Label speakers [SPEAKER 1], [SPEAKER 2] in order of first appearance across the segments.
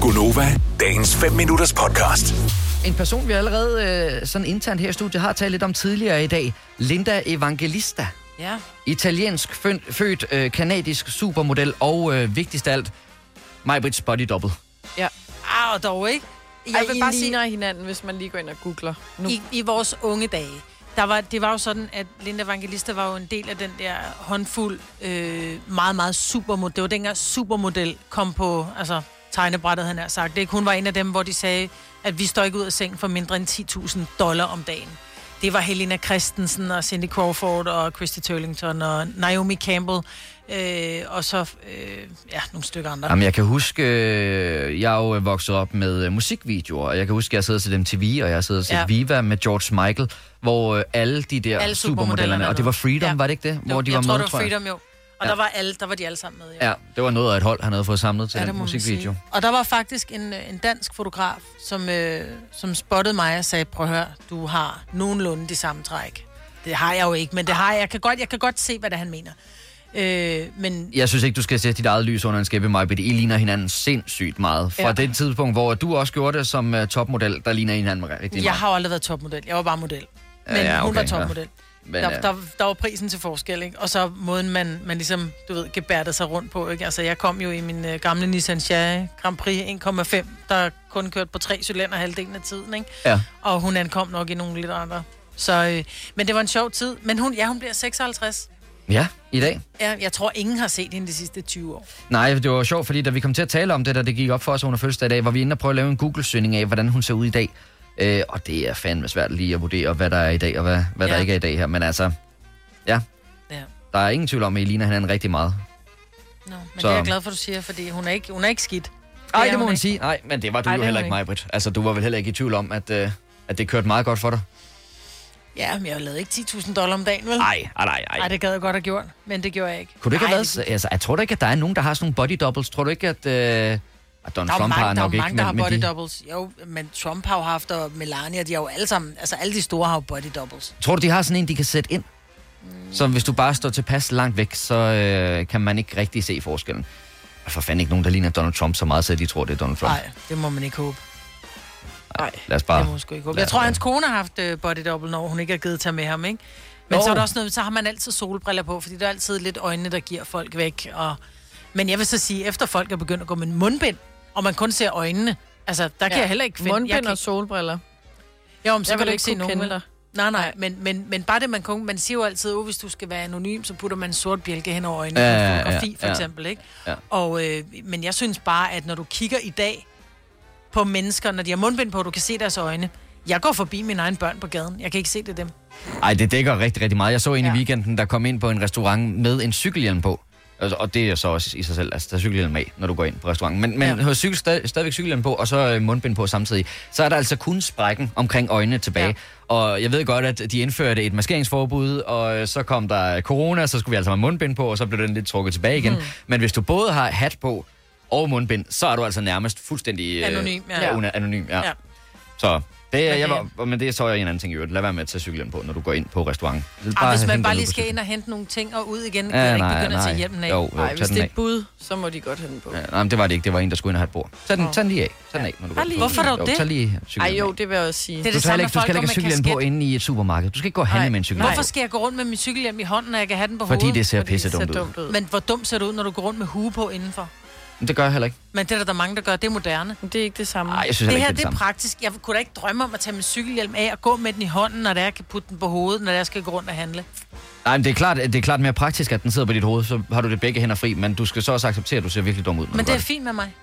[SPEAKER 1] Gunova, dagens 5 minutters podcast.
[SPEAKER 2] En person, vi allerede øh, sådan internt her i studiet har talt lidt om tidligere i dag, Linda Evangelista.
[SPEAKER 3] Ja.
[SPEAKER 2] Italiensk født, født øh, kanadisk supermodel og øh, vigtigst af alt, Majbrits body double.
[SPEAKER 3] ja. Arh, dog ikke. Jeg
[SPEAKER 4] Ej,
[SPEAKER 3] vil
[SPEAKER 4] I
[SPEAKER 3] bare sige,
[SPEAKER 4] ligner sige... hinanden, hvis man lige går ind og googler nu.
[SPEAKER 3] i, i vores unge dage, der var, det var jo sådan, at Linda Evangelista var jo en del af den der håndfuld, øh, meget, meget supermodel. Det var dengang supermodel kom på altså, tegnebrættet, han har sagt. Det, hun var en af dem, hvor de sagde, at vi står ikke ud af sengen for mindre end 10.000 dollar om dagen. Det var Helena Christensen og Cindy Crawford og Christy Turlington og Naomi Campbell. Øh, og så, øh, ja, nogle stykker andre.
[SPEAKER 2] Jamen, jeg kan huske, øh, jeg er jo øh, vokset op med øh, musikvideoer, og jeg kan huske, jeg sidder til dem TV, og jeg sidder til ja.
[SPEAKER 3] Ja.
[SPEAKER 2] Viva med George Michael, hvor øh, alle de der alle
[SPEAKER 3] Alle
[SPEAKER 2] supermodellerne,
[SPEAKER 3] supermodellerne
[SPEAKER 2] og det var Freedom, ja.
[SPEAKER 3] Ja.
[SPEAKER 2] var det ikke det? Hvor
[SPEAKER 3] Jo,
[SPEAKER 2] de
[SPEAKER 3] jeg
[SPEAKER 2] var
[SPEAKER 3] tror,
[SPEAKER 2] med,
[SPEAKER 3] det var Freedom, jo. Og
[SPEAKER 2] Ja.
[SPEAKER 3] ja. der var alle, der var de alle sammen med, jo.
[SPEAKER 2] jeg. Ja, det var noget af et hold, han havde fået samlet til ja, den
[SPEAKER 3] det må man
[SPEAKER 2] musikvideo.
[SPEAKER 3] sige. Og der var faktisk en, øh, en dansk fotograf, som, øh, som spottede mig og sagde, prøv at høre, du har nogenlunde de samme træk. Det har jeg jo ikke, men det har jeg. Jeg kan godt, jeg kan godt se, hvad det er, han mener. Øh, men
[SPEAKER 2] jeg synes ikke, du skal sætte dit eget lys under en skæppe, Majbet. I ligner hinanden sindssygt meget. Fra ja.
[SPEAKER 3] Ja.
[SPEAKER 2] det tidspunkt, hvor du også gjorde det som uh, topmodel, der ligner I hinanden rigtig
[SPEAKER 3] jeg
[SPEAKER 2] meget.
[SPEAKER 3] har jo aldrig været topmodel. Jeg var bare model. Men
[SPEAKER 2] Ja, ja,
[SPEAKER 3] hun var
[SPEAKER 2] okay,
[SPEAKER 3] topmodel.
[SPEAKER 2] Men,
[SPEAKER 3] Men, der,
[SPEAKER 2] øh,
[SPEAKER 3] der, der var prisen til forskel, ikke? Og så måden, man, man ligesom, du ved, gebærdede sig rundt på, ikke? Altså, jeg kom jo i min øh, gamle Nissan Shire Grand Prix 1,5, der kun kørte på tre cylinder halvdelen af tiden, ikke?
[SPEAKER 2] Ja.
[SPEAKER 3] Og hun ankom nok i nogle lidt andre. Så, øh, men det var en sjov tid. Men hun, ja, hun bliver 56.
[SPEAKER 2] Ja, i dag.
[SPEAKER 3] Ja, jeg tror, ingen har set hende de sidste 20 år.
[SPEAKER 2] Nej, det var sjovt, fordi da vi kom til at tale om det, da det gik op for os, at hun er fødselsdag i dag, var vi inde og prøve at lave en Google-søgning af, hvordan hun ser ud i dag. Øh, og det er fandme svært lige at vurdere, hvad der er i dag, og hvad, hvad ja. der
[SPEAKER 3] Ja.
[SPEAKER 2] ikke er i dag her. Men altså, ja,
[SPEAKER 3] Ja.
[SPEAKER 2] der er ingen tvivl om, at I ligner hinanden rigtig meget.
[SPEAKER 3] No, men
[SPEAKER 2] Så-
[SPEAKER 3] så. det er jeg glad for, du siger, fordi hun er ikke, hun er ikke skidt.
[SPEAKER 2] Nej,
[SPEAKER 3] er
[SPEAKER 2] det må
[SPEAKER 3] hun
[SPEAKER 2] man
[SPEAKER 3] ikke.
[SPEAKER 2] sige. Nej, men det var du
[SPEAKER 4] Ej,
[SPEAKER 2] jo
[SPEAKER 4] det er
[SPEAKER 2] heller
[SPEAKER 4] hun
[SPEAKER 2] ikke, mig, Britt. Altså, du var vel heller ikke i tvivl om, at, øh, at det kørte meget godt for dig.
[SPEAKER 3] Ja, men jeg lavede ikke 10.000 dollar om dagen, vel?
[SPEAKER 2] Nej, nej, nej.
[SPEAKER 3] Ej, det gad jeg godt have gjort, men det gjorde jeg ikke.
[SPEAKER 2] Kunne du ikke
[SPEAKER 3] Ej,
[SPEAKER 2] have været,
[SPEAKER 3] det-
[SPEAKER 2] så- altså, jeg tror da ikke, at der er nogen, der har sådan nogle body doubles. Tror du ikke, at... Øh, at Donald
[SPEAKER 3] Der er jo
[SPEAKER 2] Trump har
[SPEAKER 3] mange, der, er
[SPEAKER 2] nok
[SPEAKER 3] jo mange,
[SPEAKER 2] ikke,
[SPEAKER 3] der har
[SPEAKER 2] men,
[SPEAKER 3] body
[SPEAKER 2] men de,
[SPEAKER 3] doubles. Jo, men Trump har jo haft, og Melania, de har jo alle sammen, altså alle de store har jo body doubles. Mm.
[SPEAKER 2] Tror du, de har sådan en, de kan sætte ind? Så hvis du bare står tilpas langt væk, så øh, kan man ikke rigtig se forskellen. Der er for fanden ikke nogen, der ligner Donald Trump så meget, så de tror, det er Donald Trump.
[SPEAKER 3] Nej, det må man ikke håbe. Nej,
[SPEAKER 2] lad os bare-
[SPEAKER 3] det må man sgu ikke håbe.
[SPEAKER 2] lad
[SPEAKER 3] Jeg
[SPEAKER 2] os
[SPEAKER 3] tror,
[SPEAKER 2] bare-
[SPEAKER 3] hans kone har haft øh, body double, når hun ikke har givet tage med ham, ikke? Men
[SPEAKER 2] Jo.
[SPEAKER 3] så er der også noget, så har man altid solbriller på, fordi der er altid lidt øjnene, der giver folk væk. Og... Men jeg vil så sige, efter folk er begyndt at gå med mundbind, og man kun ser øjnene, altså der kan jeg heller ikke finde... jeg
[SPEAKER 4] Mundbind
[SPEAKER 3] kan...
[SPEAKER 4] og solbriller.
[SPEAKER 3] Jo, men så kan
[SPEAKER 4] Jeg vil
[SPEAKER 3] du
[SPEAKER 4] ikke
[SPEAKER 3] ikke se
[SPEAKER 4] kunne
[SPEAKER 3] nogen.
[SPEAKER 4] kende
[SPEAKER 3] vel?
[SPEAKER 4] dig.
[SPEAKER 3] Nej, nej, men, men, men bare det, man, kun, man siger jo altid, at oh, hvis du skal være anonym, så putter man en sort bjælke hen over øjnene,
[SPEAKER 2] Ja,
[SPEAKER 3] ja,
[SPEAKER 2] ja, ja,
[SPEAKER 3] fotografi for
[SPEAKER 2] ja.
[SPEAKER 3] eksempel, ikke?
[SPEAKER 2] Ja.
[SPEAKER 3] Og, øh, men jeg synes bare, at når du kigger i dag på mennesker, når de har mundbind på, du kan se deres øjne. Jeg går forbi mine egne børn på gaden. Jeg kan ikke se det er dem. Ah,
[SPEAKER 2] Ej, det dækker rigtig, rigtig meget. Jeg så en ja. i
[SPEAKER 3] Ja.
[SPEAKER 2] weekenden, der kom ind på en restaurant med en cykelhjelm på. Altså, Og det er så også i sig selv, altså der er cykelhjelm af, når du går ind på restauranten. Men, men
[SPEAKER 3] Ja.
[SPEAKER 2] ja. hos cykel, stad, stadigvæk cykelhjelm på, og så øh, mundbind på samtidig. Så er der altså kun sprækken omkring øjnene tilbage. Ja. Og jeg ved godt, at de indførte et maskeringsforbud, og øh, så kom der corona, så skulle vi altså have mundbind på, og så blev den lidt trukket tilbage igen. Mm. Men hvis du både har hat på og mundbind, så er du altså nærmest fuldstændig...
[SPEAKER 3] Anonym, ja.
[SPEAKER 2] ja. una- Anonym, ja. ja.
[SPEAKER 3] Ja.
[SPEAKER 2] Så det er,
[SPEAKER 3] Men
[SPEAKER 2] jeg
[SPEAKER 3] det-
[SPEAKER 2] var, men det er så jeg en anden ting i øvrigt. Lad være med at tage cyklen på, når du går ind på restaurant.
[SPEAKER 3] Ej, Ah, hvis man
[SPEAKER 2] hæng
[SPEAKER 3] bare
[SPEAKER 2] den ud
[SPEAKER 3] lige
[SPEAKER 2] på
[SPEAKER 3] skal
[SPEAKER 2] cyklen.
[SPEAKER 3] ind og hente nogle ting og ud igen, ja, kan
[SPEAKER 2] Ja,
[SPEAKER 3] jeg ikke
[SPEAKER 2] nej,
[SPEAKER 3] begynde at tage
[SPEAKER 2] nej.
[SPEAKER 3] hjælpen af.
[SPEAKER 2] Jo, jo,
[SPEAKER 4] Nej,
[SPEAKER 2] tag
[SPEAKER 4] hvis
[SPEAKER 2] den
[SPEAKER 4] det er
[SPEAKER 2] af.
[SPEAKER 4] et bud, så må de godt have den på.
[SPEAKER 2] Ja, nej, men det var det ikke. Det var en, der skulle ind og have et bord. Tag den, tag den lige af. Tag den af, når du går
[SPEAKER 4] Bare lige.
[SPEAKER 2] på
[SPEAKER 3] Hvorfor
[SPEAKER 2] cyklen.
[SPEAKER 3] dog
[SPEAKER 2] Jo,
[SPEAKER 3] det?
[SPEAKER 2] Tag lige cyklen
[SPEAKER 4] Ej, jo,
[SPEAKER 2] af.
[SPEAKER 4] det vil jeg også sige.
[SPEAKER 3] Det er
[SPEAKER 2] Du
[SPEAKER 3] det
[SPEAKER 2] skal heller
[SPEAKER 3] samme,
[SPEAKER 2] ikke, du
[SPEAKER 3] folk
[SPEAKER 2] skal ikke
[SPEAKER 3] går
[SPEAKER 2] have
[SPEAKER 3] med
[SPEAKER 2] cyklen
[SPEAKER 3] kasket.
[SPEAKER 2] på inde i et supermarked. Du skal ikke gå og handle
[SPEAKER 4] Nej.
[SPEAKER 2] med en cykelhjelm
[SPEAKER 3] Hvorfor
[SPEAKER 2] på.
[SPEAKER 3] skal jeg gå rundt med min cykelhjelm i hånden, når jeg kan have den på
[SPEAKER 2] Fordi det
[SPEAKER 3] hovedet?
[SPEAKER 2] ser
[SPEAKER 4] fordi
[SPEAKER 2] pisse
[SPEAKER 4] det ser
[SPEAKER 2] dumt ud.
[SPEAKER 4] dumt ud.
[SPEAKER 3] Men hvor dumt ser det ud, når du går rundt med hue på indenfor?
[SPEAKER 2] Men det gør jeg heller ikke.
[SPEAKER 3] Men det er der, der er mange, der gør. Det er moderne.
[SPEAKER 4] Men det er ikke det samme.
[SPEAKER 2] Nej, jeg synes
[SPEAKER 3] det
[SPEAKER 2] heller
[SPEAKER 3] her,
[SPEAKER 2] ikke, det er det samme.
[SPEAKER 3] praktisk. Jeg kunne da ikke drømme om at tage min cykelhjelm af og gå med den i hånden, når det er, jeg kan putte den på hovedet, når det er, jeg skal gå rundt og handle.
[SPEAKER 2] Nej, men det er, klart, det er klart mere praktisk, at den sidder på dit hoved, så har du det begge hænder fri, men du skal så også acceptere, at du ser virkelig dum ud, når
[SPEAKER 3] Men
[SPEAKER 2] du
[SPEAKER 3] det
[SPEAKER 2] gør
[SPEAKER 3] er fint med mig.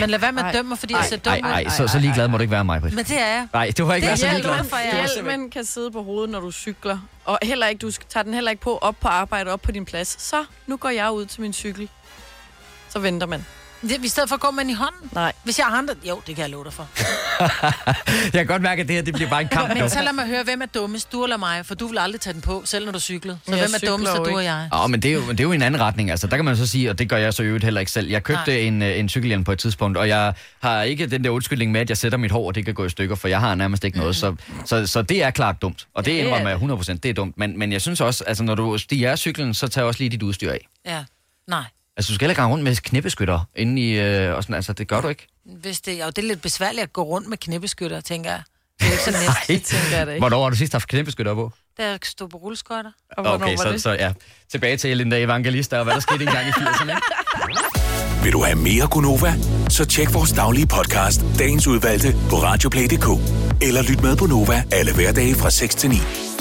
[SPEAKER 3] Men lad være med at
[SPEAKER 4] Ej.
[SPEAKER 3] dømme mig, fordi jeg ser
[SPEAKER 2] det.
[SPEAKER 3] dum
[SPEAKER 2] Ej,
[SPEAKER 3] ud.
[SPEAKER 2] ej, så, så ligeglad må du ikke være mig, Britt.
[SPEAKER 3] Men det er jeg.
[SPEAKER 2] Nej, du har ikke
[SPEAKER 3] Det
[SPEAKER 2] været så
[SPEAKER 3] hjælper.
[SPEAKER 2] ligeglad.
[SPEAKER 3] for jer.
[SPEAKER 4] Hjelmen kan sidde på hovedet, når du cykler. Og heller ikke, du skal- tager den heller ikke på op på arbejde, op på din plads. Så nu går jeg ud til min cykel. Så venter man.
[SPEAKER 3] Det, I stedet for at gå med den i hånden.
[SPEAKER 4] Nej.
[SPEAKER 3] Hvis jeg har andre... Jo, det kan jeg love dig for.
[SPEAKER 2] Jeg kan godt mærke, at det her det bliver bare en kamp nu.
[SPEAKER 3] Men så lad mig høre, hvem er dummest, du eller mig? For du vil aldrig tage den på, selv når du cyklede. Så
[SPEAKER 4] Men jeg
[SPEAKER 3] hvem er
[SPEAKER 4] cykler
[SPEAKER 3] dummest,
[SPEAKER 4] jo
[SPEAKER 3] er du
[SPEAKER 4] ikke.
[SPEAKER 3] og jeg?
[SPEAKER 2] Åh, men det er, jo, men det er jo en anden retning, altså. Der kan man så sige, og det gør jeg så i øvrigt heller ikke selv. Jeg købte
[SPEAKER 3] Nej.
[SPEAKER 2] en, øh, en cykelhjelm på et tidspunkt, og jeg har ikke den der undskyldning med, at jeg sætter mit hår, og det kan gå i stykker, for jeg har nærmest ikke noget. Så, så, så det er klart dumt, og det
[SPEAKER 4] Mhm. det er
[SPEAKER 2] indrømmer jeg
[SPEAKER 4] det.
[SPEAKER 2] 100 det er dumt. Men, men jeg synes også, altså når du stiger af cyklen, så tag også lige dit udstyr af.
[SPEAKER 3] Ja. Nej.
[SPEAKER 2] Altså, du skal heller ikke rende rundt med knippeskytter inde i... Øh, og sådan, altså, det gør du ikke.
[SPEAKER 3] Hvis det, jo, det er lidt besværligt at gå rundt med knæbeskytter, tænker jeg. Det er jo ikke så
[SPEAKER 2] Ej.
[SPEAKER 3] nemt.
[SPEAKER 4] Det tænker jeg da ikke.
[SPEAKER 2] Hvornår har du sidst haft knippeskytter på?
[SPEAKER 3] Da jeg stod på rulleskøjter.
[SPEAKER 4] Og hvornår
[SPEAKER 2] Okay,
[SPEAKER 4] var
[SPEAKER 2] så,
[SPEAKER 4] det?
[SPEAKER 2] så ja. Tilbage til Linda Evangelista og hvad der skete engang i 80'erne. ikke?
[SPEAKER 1] Vil du have mere Gunova? Så tjek vores daglige podcast, dagens udvalgte, på radioplay.dk. Eller lyt med på Nova alle hverdage fra 6 til 9.